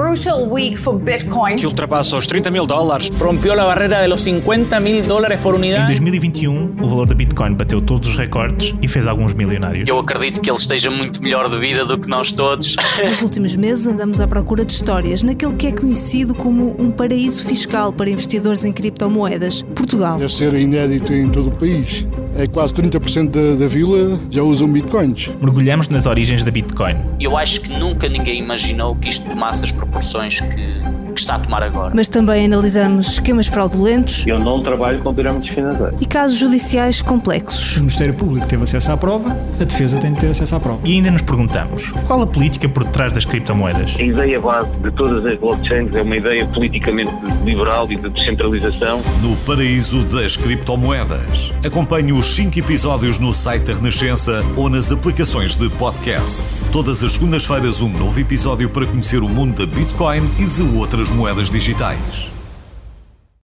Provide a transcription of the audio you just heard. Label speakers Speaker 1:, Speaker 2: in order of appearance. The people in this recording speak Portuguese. Speaker 1: Brutal week for Bitcoin.
Speaker 2: que ultrapassa os 30 mil dólares.
Speaker 3: Rompió la barrera de los 50 mil dólares por
Speaker 4: Em
Speaker 3: unidad.
Speaker 4: 2021, o valor da Bitcoin bateu todos os recordes e fez alguns milionários.
Speaker 5: Eu acredito que ele esteja muito melhor de vida do que nós todos.
Speaker 6: Nos últimos meses andamos à procura de histórias naquele que é conhecido como um paraíso fiscal para investidores em criptomoedas, Portugal.
Speaker 7: Deve ser inédito em todo o país. É quase 30% da, da vila já usam bitcoins.
Speaker 4: Mergulhamos nas origens da Bitcoin.
Speaker 5: Eu acho que nunca ninguém imaginou que isto tomasse as proporções que, que está a tomar agora.
Speaker 6: Mas também analisamos esquemas fraudulentos
Speaker 8: Eu não trabalho com pirâmides financeiras.
Speaker 6: e casos judiciais complexos.
Speaker 9: O Ministério Público teve acesso à prova, a defesa tem de ter acesso à prova.
Speaker 4: E ainda nos perguntamos: qual a política por detrás das criptomoedas?
Speaker 8: A ideia base de todas as blockchains é uma ideia politicamente liberal e de descentralização.
Speaker 10: No paraíso das criptomoedas. Acompanhe os 5 episódios no site da Renascença ou nas aplicações de podcast. Todas as segundas-feiras, um novo episódio para conhecer o mundo da Bitcoin e de outras moedas digitais.